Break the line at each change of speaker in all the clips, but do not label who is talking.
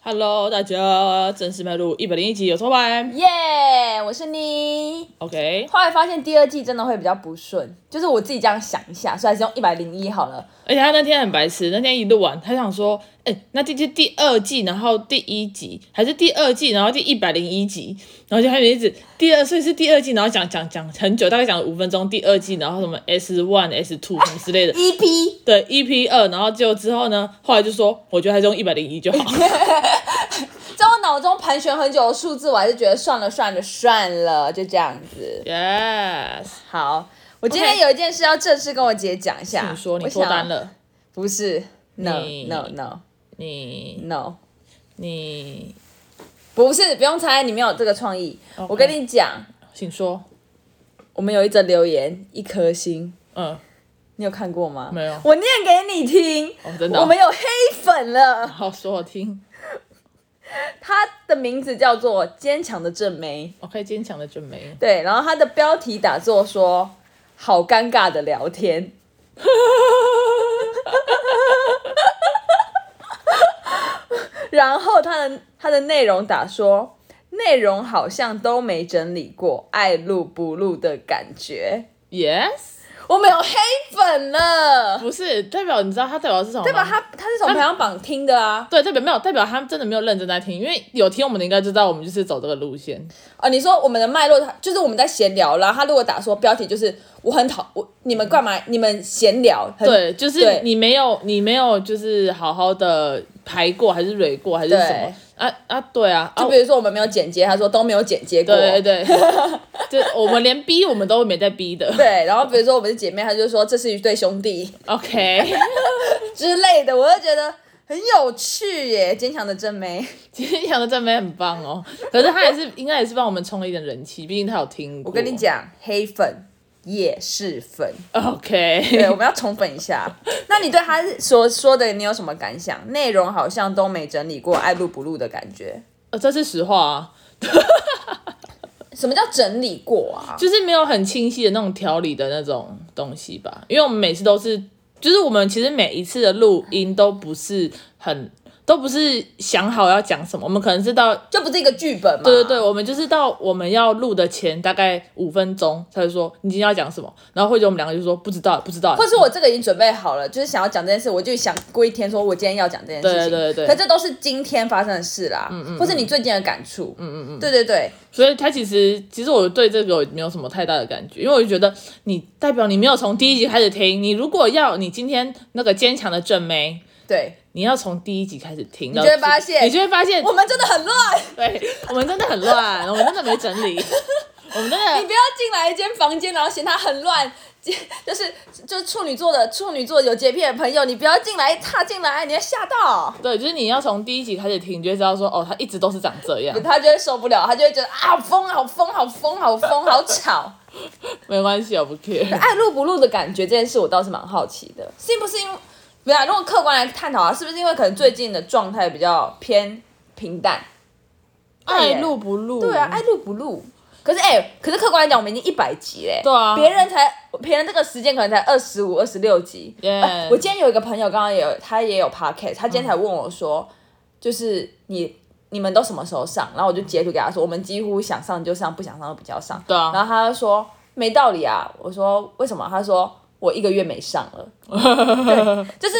Hello，大家正式迈入一百零一集，有错吧
耶我是你。
？OK，
后来发现第二季真的会比较不顺，就是我自己这样想一下，所以还是用一百零一好了。
而且他那天很白痴，那天一录完，他想说，哎、那这是第二季，然后第一集，还是第二季，然后第一百零一集，然后就开始一直第二，所以是第二季，然后讲讲讲很久，大概讲了五分钟，第二季，然后什么 S one、S two 什么之 类的，
E EP
对，EP 二，然后就之后呢，后来就说，我觉得还是用一百零一就 好。
在我脑中盘旋很久的数字，我还是觉得算了算了算了，就这样子。
yes，
好，我今天
OK
有一件事要正式跟我姐讲一下。
你说你
啊我
脱
想
单？了，
不是，no
你
no no
你
no，
你，
不是，不用猜，你没有这个创意。我跟你讲，
请说，
我们有一则留言，一颗星，
嗯，
你有看过吗？
没有
我念给你听。
哦真的哦
我们有黑粉了。
好说我听。
他的名字叫做《坚强的正妹
我可以坚强的准备》，。
对，然后他的标题打作说“好尴尬的聊天”， 然后他的他的内容打说内容好像都没整理过，爱录不录的感觉。
Yes，
我们有黑粉了，
不是代表你知道他代表是什么吗？
对吧？他他是从排行榜听的啊。
对代表没有代表他真的没有认真在听，因为有听我们的应该知道我们就是走这个路线。
哦，你说我们的脉络，就是我们在闲聊啦。他如果打说标题就是我很讨我你们干嘛？你们闲聊，很
对，就是
对
你没有你没有就是好好的排过还是蕊过还是什么啊啊对啊啊
就比如说我们没有剪接，他说都没有剪接过。
对对对， 就我们连逼我们都没在逼的。
对然后比如说我们是姐妹，他就说这是一对兄弟
OK，
之类的，我就觉得很有趣耶，坚强的正妹。
坚强的正妹很棒哦，可是他也是应该也是帮我们冲了一点人气，毕竟他有听过。
我跟你讲，黑粉也是粉，对，
，OK，
我们要宠粉一 下。那你对他所说的你有什么感想？内容好像都没整理过，爱录不录的感觉。
呃这是实话啊。
什么叫整理过啊？
就是没有很清晰的那种条理的那种东西吧，因为我们每次都是，就是我们其实每一次的录音都不是很，都不是想好要讲什么，我们可能是到，
就不是一个剧本嘛？
对对对，我们就是到我们要录的前大概五分钟，他就说你今天要讲什么，然后或者我们两个就说不知道不知道，
或是我这个已经准备好了，就是想要讲这件事，我就想过一天，说我今天要讲这件事
对
情。
对对
可这都是今天发生的事啦，嗯嗯或是你最近的感触，嗯嗯嗯，对对对，
所以他其实其实我对这个没有什么太大的感觉，因为我就觉得你代表你没有从第一集开始听，你如果要你今天那个坚强的正妹。
对，
你要从第一集开始听，你
就会发现
你就会发现
我们真的很乱。
对我们真的很乱，我们真的没整理，我们真
你
的
不要进来一间房间，然后嫌它很乱，就是就是处女座的处女座有洁癖的朋友，你不要进来踏进来，你会吓到。
对，就是你要从第一集开始听，你就会知道说哦，他一直都是长这样，
他就会受不了，他就会觉得啊，好疯，好疯，好疯，好疯，好吵。
没关系，我不 care。
爱录不录的感觉这件事，我倒是蛮好奇的，是不是因为，对啊，如果客观来探讨啊，是不是因为可能最近的状态比较偏平淡？对耶
爱录不录？
对啊，爱录不录？可是哎、可是客观来讲，我们已经一百集嘞，
对啊
别人才别人这个时间可能才二十五、二十六集。
Yeah
哎我今天有一个朋友，刚刚也有他也有 podcast，他今天才问我
嗯
说，就是你。你们都什么时候上？然后我就截图给他说，我们几乎想上就上，不想上就比较上。
对啊
然后他就说没道理啊，我说为什么？他说我一个月没上了。 对，就是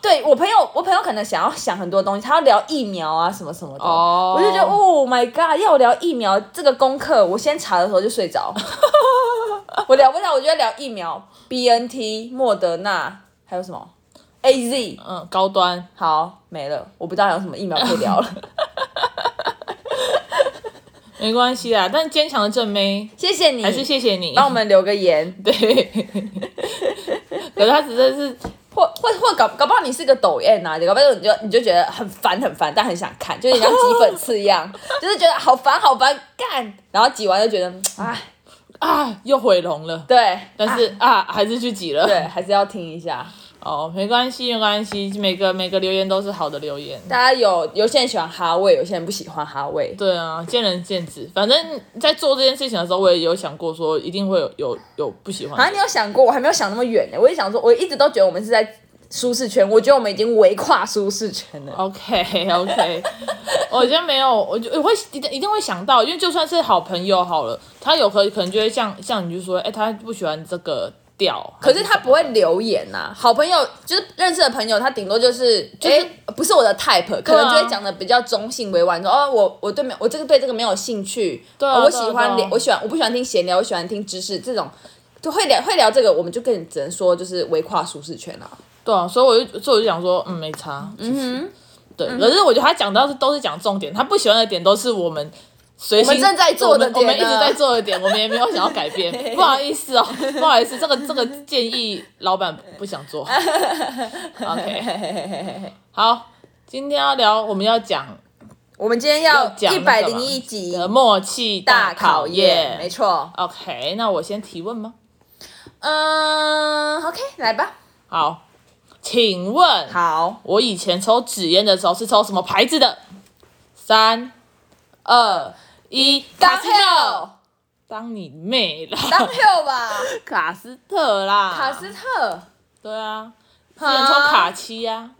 对我朋友，我朋友可能想要想很多东西，他要聊疫苗啊什么什么的。
哦
我就觉得，Oh my god，要我聊疫苗这个功课，我先查的时候就睡着。 我聊不到，我就在聊疫苗，B N T、莫德纳，还有什么 A Z，
嗯，高端
好没了，我不知道还有什么疫苗可以聊了。
没关系啊，但坚强的正妹
谢谢你，
还是谢谢你。
嗯帮我们留个言，
对，可是他只是是
或或或搞搞不好你是个抖 M 啊，搞不好你就你就觉得很烦很烦，但很想看，就是像挤粉刺一样，就是觉得好烦好烦干，然后挤完就觉得唉，
啊，又毁容了。
对，
但是啊，还是去挤了。
对，还是要听一下。
哦，没关系，没关系，每个每个留言都是好的留言。
大家有有些人喜欢哈味，有些人不喜欢哈味。
对啊，见仁见智。反正在做这件事情的时候，我也有想过说，一定会有有有不喜欢
好像
的。
你有想过，我还没有想那么远呢。我也想说，我一直都觉得我们是在舒适圈，我觉得我们已经围跨舒适圈了。
OK OK，我 觉得没有，我就我会一定一定会想到，因为就算是好朋友好了，他有可可能就会像像你就说，哎、他不喜欢这个调，
可是他不会留言呐、好朋友就是认识的朋友，他顶多就是就是不是我的 type，可
啊
能就会讲的比较中性委婉，说哦我我对没我这个对这个没有兴趣，对
啊
我喜
对啊
欢
对
聊
啊
我喜欢我不喜欢听闲聊，我喜欢听知识这种，就会聊会聊这个，我们就更只能说就是围跨舒适圈啦、
对啊，所以我就所以我就想说，嗯，没差，嗯哼，对，可是我觉得他讲到是都是讲重点，他不喜欢的点都是我们随心
我们正在做的
我们我们一
点啊
直在做的点，我们也没有想要改 变，不好意思哦，不好意思，这个这个建议老板不想 做，OK，好，今天要聊我们要讲
我们今天
要
要
讲
一
那
百
个
零
嘛
一集
的默契
大考
考
验，没错。
OK，那我先提问吗？
嗯，OK，来吧。
好，请问
好，
我以前抽纸烟的时候是抽什么牌子的？三、二、一，
当
卡斯特
hill，。
当你妹啦！
当 hill 吧，
卡斯特啦。
卡斯特，
对啊，之前抽卡七啊，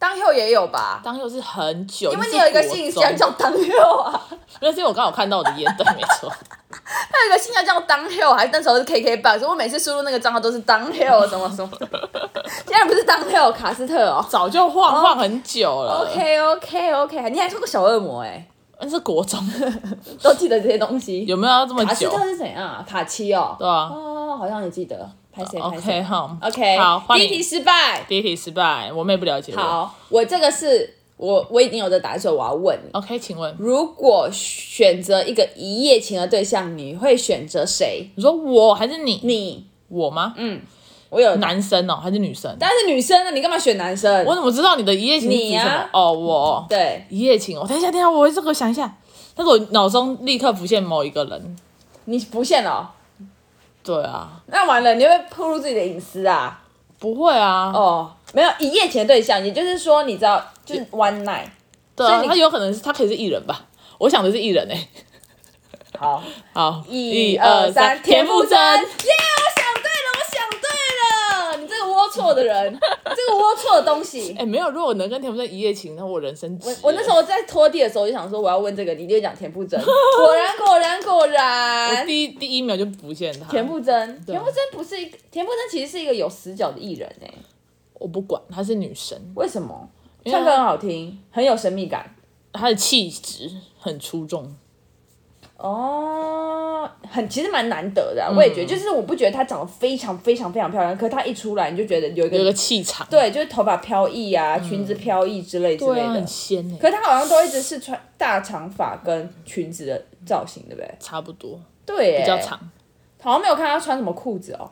当 hill 也有吧？
当又是很久。
因为
哦是
你有一个
国
信
中
箱，叫当 hill 啊，
那是因为我刚好看到我的烟，对，没错。
他有一个信箱叫当 hill，还是啊那时候是 KK box，我每次输入那个账号都是当 hill 什么什么的，竟然不是当 hill 卡斯特哦。
早就晃晃很久了。
OK OK OK，你还是个小恶魔哎、
那是国中，
都记得这些东西。
有没有要这么
卡斯
久？
特是怎样啊？卡七哦。
对啊。
哦，好像也记得，拍谁拍
哦 OK
谁
好
OK，
好，换
第一
你
题失败。
第一题失败，我妹不了解我。
好，我这个是我我已经有的答案，所以我要问你：
，OK，请问
如果选择一个一夜情的对象，你会选择谁？
你说我还是你？
你，
我吗？
嗯，我有，
男生哦，还是女生？
但是女生呢？你干嘛选男生？
我怎么知道你的一夜情是指
你
什
啊
么？哦，我
对，
一夜情。我哦等一下，等一下，我这个想一下。但是我脑中立刻浮现某一个人。
你不限了哦，
对啊，
那完了，你会不会暴露自己的隐私啊？
不会啊。
哦，没有一夜情的对象，也就是说，你知道，就是 one night。
对
所以
啊，
你
他有可能是他可以是艺人吧？我想的是艺人哎、
好，
好，
一二三，
田
田
馥
馥甄，耶！
甄。
我想对了，我想对了，你这个龌龊的人，你这个龌龊的东 西
哎、。没有，如果我能跟田馥甄一夜情，那我人生值
我我那时候在拖地的时候，我就想说我要问这个，你一定会讲田馥 甄。果然果然果
我
然，
第一第一秒就浮现他。
田馥甄，
对
田馥甄不是一个，田馥甄其实是一个有死角的艺人哎、
我不管，她是女神，
为什么？
为她
唱歌很好听，很有神秘感
她的气质很出众。
哦，很其实蛮难得
嗯
的啊、我也觉得，就是我不觉得她长得非常非常非常漂亮，可她一出来你就觉得有一
有
个
个气场，
对，就是头发飘逸啊，裙子飘逸之类之类
对啊，
的
很。仙哎、
可她好像都一直是穿大长发跟裙子的造型，对不对？
差不多
对、欸，
比较，长，
好像没有看她穿什么裤子哦。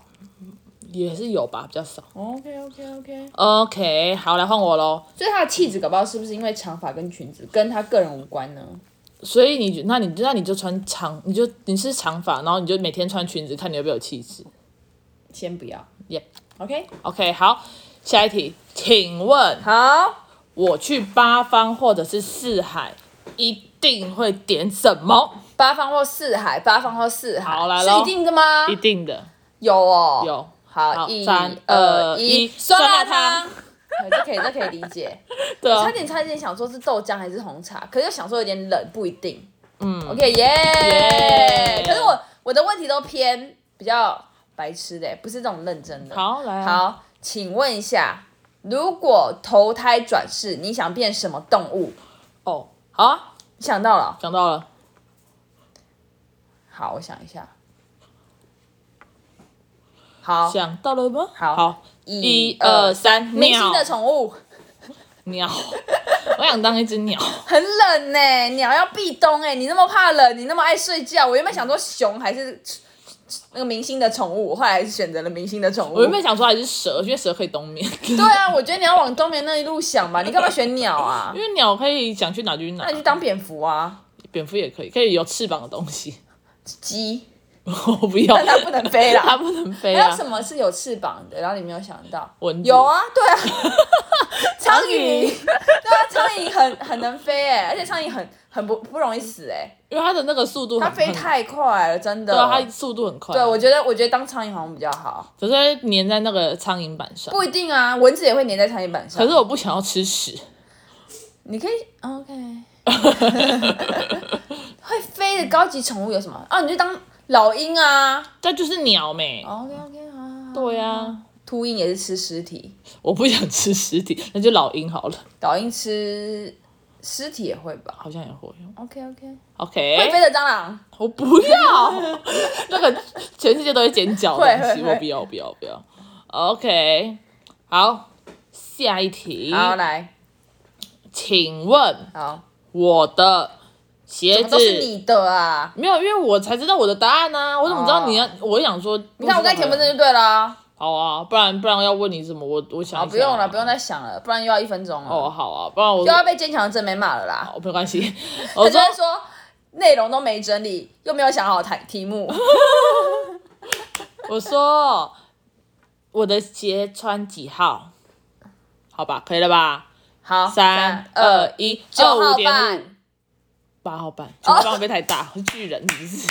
也是有吧，比较少。
OK OK OK，
OK，好，来换我喽。
哦所以她的气质搞不好是不是因为长发跟裙子跟她个人无关呢？
所以你那你那你就穿长，你就你是长发，然后你就每天穿裙子，看你有没有气质。
先不要
Yep
，OK，
OK，好，下一题，请问
好，
我去八方或者是四海，一定会点什么？
八方或四海，八方或四海，
好来
是
咯
一定的吗？
一定的
有哦，。
有。好
好，一
三二
二
一
一，
酸
酸
辣
辣
汤
汤。呃这可以，这可以理解。
对啊
差，点差点想说是豆浆还是红茶，可是又想说有点冷，不一定。嗯，OK，耶、
耶
可是我我的问题都偏比较白痴的，不是这种认真的。
好来啊，
好，请问一下，如果投胎转世，你想变什么动物？
哦，好啊，
你想到了？
讲到了，
好，我想一下。好，
想到了吗？
好
好，一二三，
明星
鸟
的宠物
鸟， 我想当一只鸟。
很冷呢、鸟要避冬哎、你那么怕冷，你那么爱睡觉，我原本想说熊还是那个明星的宠物，我后来还是选择了明星的宠物。
我原本想说还是蛇，因为蛇可以冬眠，
对啊，我觉得你要往冬眠那一路想吧，你干嘛选鸟 啊
因？为鸟可以想去哪就去哪
那你，去当蝙蝠啊，
蝙蝠也可以，可以有翅膀的东西。
鸡
我不要
但，它不能飞啦。
它不能飞
还有
啊
什。么是有翅膀的？然后你没有想到，
蚊子
有啊，对 啊，苍
苍
蝇，
蝇
对啊，苍蝇很很能飞 哎、而且苍蝇很很不不容易死哎、
因为它的那个速度
它
很，
飞
很
太快了，真的。
对啊，它速度很快。
对，我觉得我觉得当苍蝇好像比较好，
可是会粘在那个苍蝇板上。
不一定啊，蚊子也会粘在苍蝇板上。
可是我不想要吃屎，
你可以 OK，会飞的高级宠物有什么啊？你就当老鹰啊。
但就是鸟没。
OK OK 好好好。
对啊，
秃鹰也是吃尸体，
我不想吃尸体，那就老鹰好了，
老鹰吃尸体也会吧
好像也会。
？OK OK。会
OK，
飞的蟑螂，
我不要那个全世界都会尖叫的东西，
会会会
我不要，我不要，我不要。OK，好，下一题，
好来，
请问
好，
我的鞋
都是
子
你的啊！
没有，因为我才知道我的答案呢、啊，我怎么知道你要？我想说，
你看我刚才
填
填不正就对啦。
好啊，不然不然要问你什么？我我想
好，
一下
啊不用了，不用再想了，不然又要一分钟了，
哦，好啊，不然我
又要被坚强的正妹骂了啦。
哦没关 系，
我
我
就
说
会说内容都没整理，又没有想好题题
哦
目，
我说我的鞋穿几号？好吧，可以了吧？
好，
三二一，
九
二
号
五点五
半，哦
八号半，九号半会不会太大？我是巨人是不是？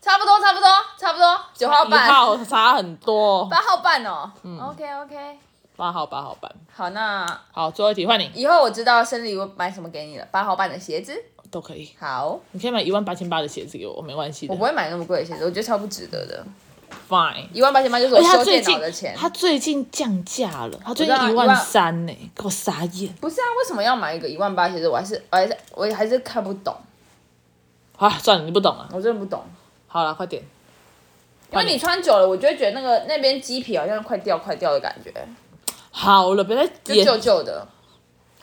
差不多，差不多，差不多，九号
一
半，
号嗯差很多，
八号半哦。OK OK，
八号八号半。
好，那
好，最后一题换你，
以后我知道生日礼物买什么给你了，八号半的鞋子。
都可以。
好，
你可以买一万八千八的鞋子给我，没关系
我
的
不会买那么贵的鞋子，我觉得超不值得的。
，fine。
一万八千八就是
而
我
且他
修
最
电
近
脑的钱。
他最近降价了，他最近
我知道啊
一
一
万
万
三呢，给我傻眼
不是啊，为什么要买一个一万八？其实我还是，我还是，我还是看不懂，
啊！算了，你不懂啊。
我真的不懂。
好了，快点。
因为你穿久了，我就会觉得那个那边鸡皮好像快掉快掉的感觉，
好了，别再
就旧
演，
旧的。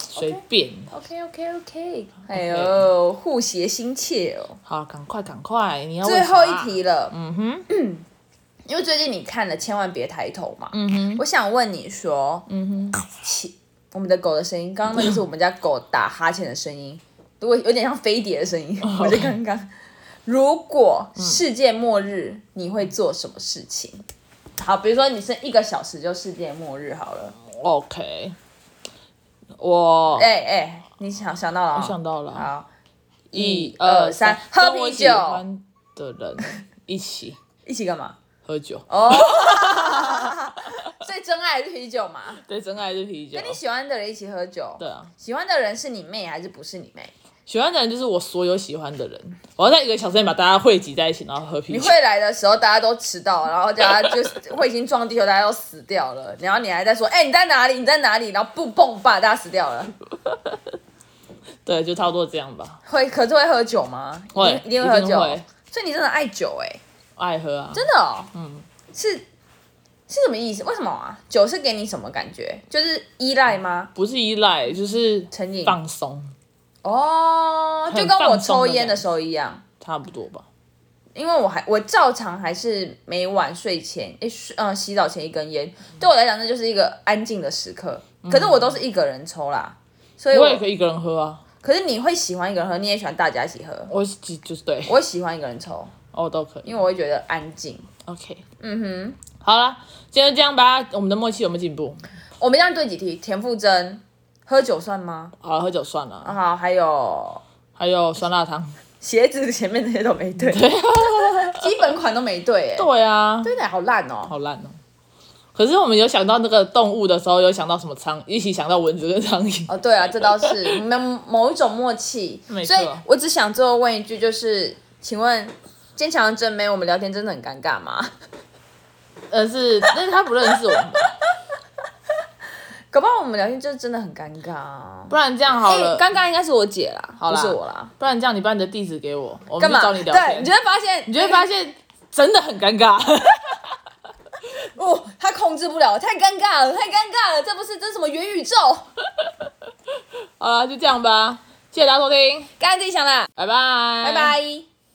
随便。
OK OK OK，哎呦，护鞋心切哦。
好，赶快赶快，你要
最
问
后
啥
一。题了，
啊嗯哼，
因为最近你看了，千万别抬头嘛。
嗯哼，
我想问你说，
嗯哼，
起我们的狗的声音，刚刚那个是我们家狗打哈欠的声音，如果有点像飞碟的声音，
哦
我就刚刚。如果世界末日，你会做什么事情？好，比如说你剩一个小时就世界末日好了。
哦，OK。我
哎哎，你想想到了
我
哦？
想到了，
好，
一
二三喝
跟我
啤
喜
酒
欢的人一起
一起干 嘛？
喝 酒。
哦，所以真爱还是啤酒嘛？
对，真爱是啤酒
跟。你喜欢的人一起喝酒。
对啊，
喜欢的人是你妹还是不是你妹？
喜欢的人就是我所有喜欢的人。我要在一个小时内把大家汇集在一起，然后喝啤
你
酒
会。来的时候，大家都迟到，然后大家就是会已经撞地球，大家都死掉了。然后你还在说，哎、你在哪里？你在哪里？然后不蹦吧，大家死掉 了。
对，就差不多这样吧。
会，可是会喝酒吗？一
会
定，一定会喝酒。
会
所以你真的爱酒哎、
爱喝啊。
真的哦。
嗯，
是是什么意思？为什么啊？酒是给你什么感觉？就是依赖吗？
不是依赖，就是
成瘾
放松，
哦，就跟我抽烟的时候一样。
差不多吧。
因为我还我照常还是每晚睡前，诶，睡嗯、洗澡前一根烟，对我来讲那就是一个安静的时刻。可是我都是一个人抽啦，所以
我
我
也可以一个人喝啊，
可是你会喜欢一个人喝，你也喜欢大家一起喝。
我就就是对，
我会喜欢一个人抽，
哦都可以
因。为我会觉得安静。
OK，
嗯
好啦，今天就这样吧。我们的默契有没有进步？
哼，我们这样对几题：田馥甄，喝酒算吗？
好，喝酒算了，
好，还有
还有酸辣汤。
鞋子前面那些都没 对，基本款都没对、哎，
对啊，
真的好烂哦、
好烂哦。可是我们有想到那个动物的时候，有想到什么苍，一起想到蚊子跟苍蝇。
哦，对啊，这倒是没有某一种默契。
没错
所以我只想最后问一句，就是请问坚强的正妹，我们聊天真的很尴尬吗？
呃，是，但是他不认识
哎
我们吧，
搞不好我们聊天就是真的很尴尬啊。
不然这样好了
哎，尴尬应该是我姐啦，
好啦
不是我啦。
不然这样你把你的地址给我，我们
干
就
嘛？
找你聊天。
对，你就会发现，
你就会发现真的很尴尬。
哦，他控制不了，太尴尬了，太尴尬了，这不是这是什么元宇宙？
好了，就这样吧，谢谢大家收听，
刚才自己想啦，
拜拜，
拜拜。